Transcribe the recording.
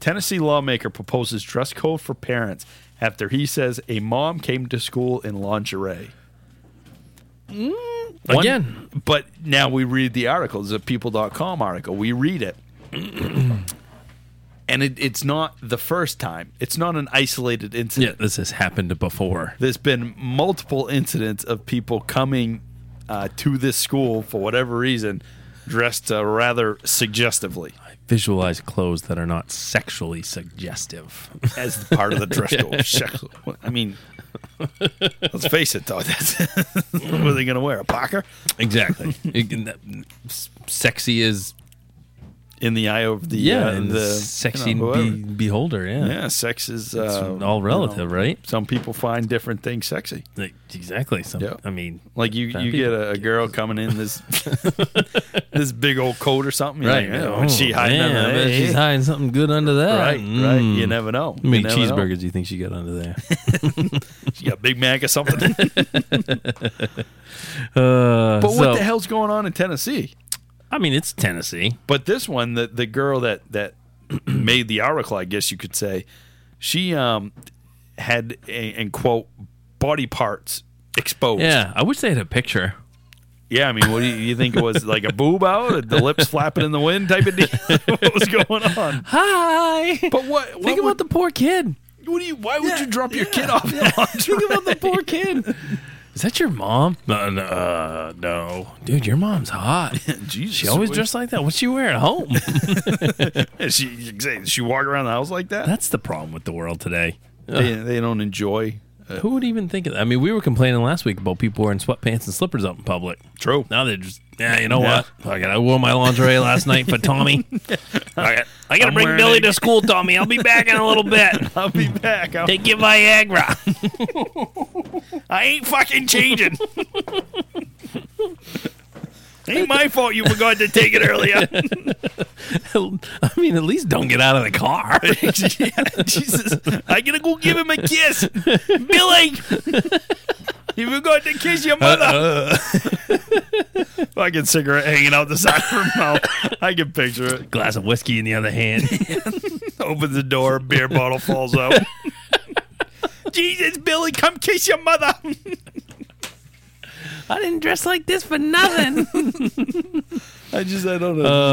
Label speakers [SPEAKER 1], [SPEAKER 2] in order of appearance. [SPEAKER 1] Tennessee lawmaker proposes dress code for parents after he says a mom came to school in lingerie. One-
[SPEAKER 2] Mm. Again.
[SPEAKER 1] But now we read the article. It's a people.com article. We read it. and it, it's not the first time, it's not an isolated incident.
[SPEAKER 2] Yeah, this has happened before.
[SPEAKER 1] There's been multiple incidents of people coming uh, to this school for whatever reason dressed uh, rather suggestively
[SPEAKER 2] Visualize clothes that are not sexually suggestive.
[SPEAKER 1] as part of the dress code. Shucks. I mean, let's face it, though. That's, what are they going to wear? A parka?
[SPEAKER 2] Exactly. sexy is
[SPEAKER 1] In the eye of the
[SPEAKER 2] yeah,
[SPEAKER 1] uh,
[SPEAKER 2] and
[SPEAKER 1] the
[SPEAKER 2] sexy
[SPEAKER 1] you know, whoever.
[SPEAKER 2] be- beholder. Yeah,
[SPEAKER 1] yeah, sex is
[SPEAKER 2] It's
[SPEAKER 1] uh,
[SPEAKER 2] all relative,
[SPEAKER 1] you know,
[SPEAKER 2] right?
[SPEAKER 1] Some people find different things sexy.
[SPEAKER 2] Like, exactly. So
[SPEAKER 1] Yeah.
[SPEAKER 2] I mean,
[SPEAKER 1] Like you,
[SPEAKER 2] Some
[SPEAKER 1] you
[SPEAKER 2] people
[SPEAKER 1] get a, a girl coming in this this big old coat or something. You're
[SPEAKER 2] right?
[SPEAKER 1] Like, oh,
[SPEAKER 2] Oh,
[SPEAKER 1] and she hiding
[SPEAKER 2] man,
[SPEAKER 1] under
[SPEAKER 2] I bet
[SPEAKER 1] there.
[SPEAKER 2] she's hiding something good under that.
[SPEAKER 1] Right, right.
[SPEAKER 2] Mm.
[SPEAKER 1] You never know.
[SPEAKER 2] How many
[SPEAKER 1] You never know.
[SPEAKER 2] cheeseburgers do you think she got under there?
[SPEAKER 1] She got Big Mac or something.
[SPEAKER 2] Uh,
[SPEAKER 1] but
[SPEAKER 2] so-
[SPEAKER 1] what the hell's going on in Tennessee?
[SPEAKER 2] I mean, it's Tennessee.
[SPEAKER 1] But this one, the the girl that that made the article, I guess you could say, she um had a, and quote body parts exposed.
[SPEAKER 2] Yeah, I wish they had a picture.
[SPEAKER 1] Yeah, I mean, what do you, you think it was like a boob out, or the lips flapping in the wind type of deal? what was going on?
[SPEAKER 2] Hi.
[SPEAKER 1] But what? what
[SPEAKER 2] think about
[SPEAKER 1] would,
[SPEAKER 2] the poor kid.
[SPEAKER 1] What do you? Why would you drop your kid off? in lingerie?
[SPEAKER 2] Think about the poor kid. Is that your mom? No, no, uh, no. dude, your mom's hot.
[SPEAKER 1] Jesus,
[SPEAKER 2] She always
[SPEAKER 1] what-
[SPEAKER 2] dressed like that. What's she wear at home?
[SPEAKER 1] She she walk around the house like that.
[SPEAKER 2] That's the problem with the world today.
[SPEAKER 1] They, they don't enjoy. Uh,
[SPEAKER 2] Who would even think of that? I mean, we were complaining last week about people wearing sweatpants and slippers out in public.
[SPEAKER 1] true.
[SPEAKER 2] Now they're just, yeah, you know
[SPEAKER 1] Yeah.
[SPEAKER 2] what? Fuck it. I wore my lingerie last night for Tommy. I got, I got to
[SPEAKER 1] I'm
[SPEAKER 2] bring
[SPEAKER 1] wearing
[SPEAKER 2] Billy
[SPEAKER 1] it.
[SPEAKER 2] to school, Tommy. I'll be back in a little bit.
[SPEAKER 1] I'll be back. I'm,
[SPEAKER 2] Take your Viagra.
[SPEAKER 1] I ain't fucking changing. ain't my fault you forgot to take it earlier.
[SPEAKER 2] I mean, at least don't get out of the car.
[SPEAKER 1] Jesus, I gotta go give him a kiss, Billy. you forgot to kiss your mother.
[SPEAKER 2] Uh,
[SPEAKER 1] Fucking cigarette hanging out the side of her mouth. I can picture it.
[SPEAKER 2] glass of whiskey in the other hand.
[SPEAKER 1] Opens the door, beer bottle falls out. Jesus, Billy, come kiss your mother.
[SPEAKER 2] I didn't dress like this for nothing.
[SPEAKER 1] I just, I don't know.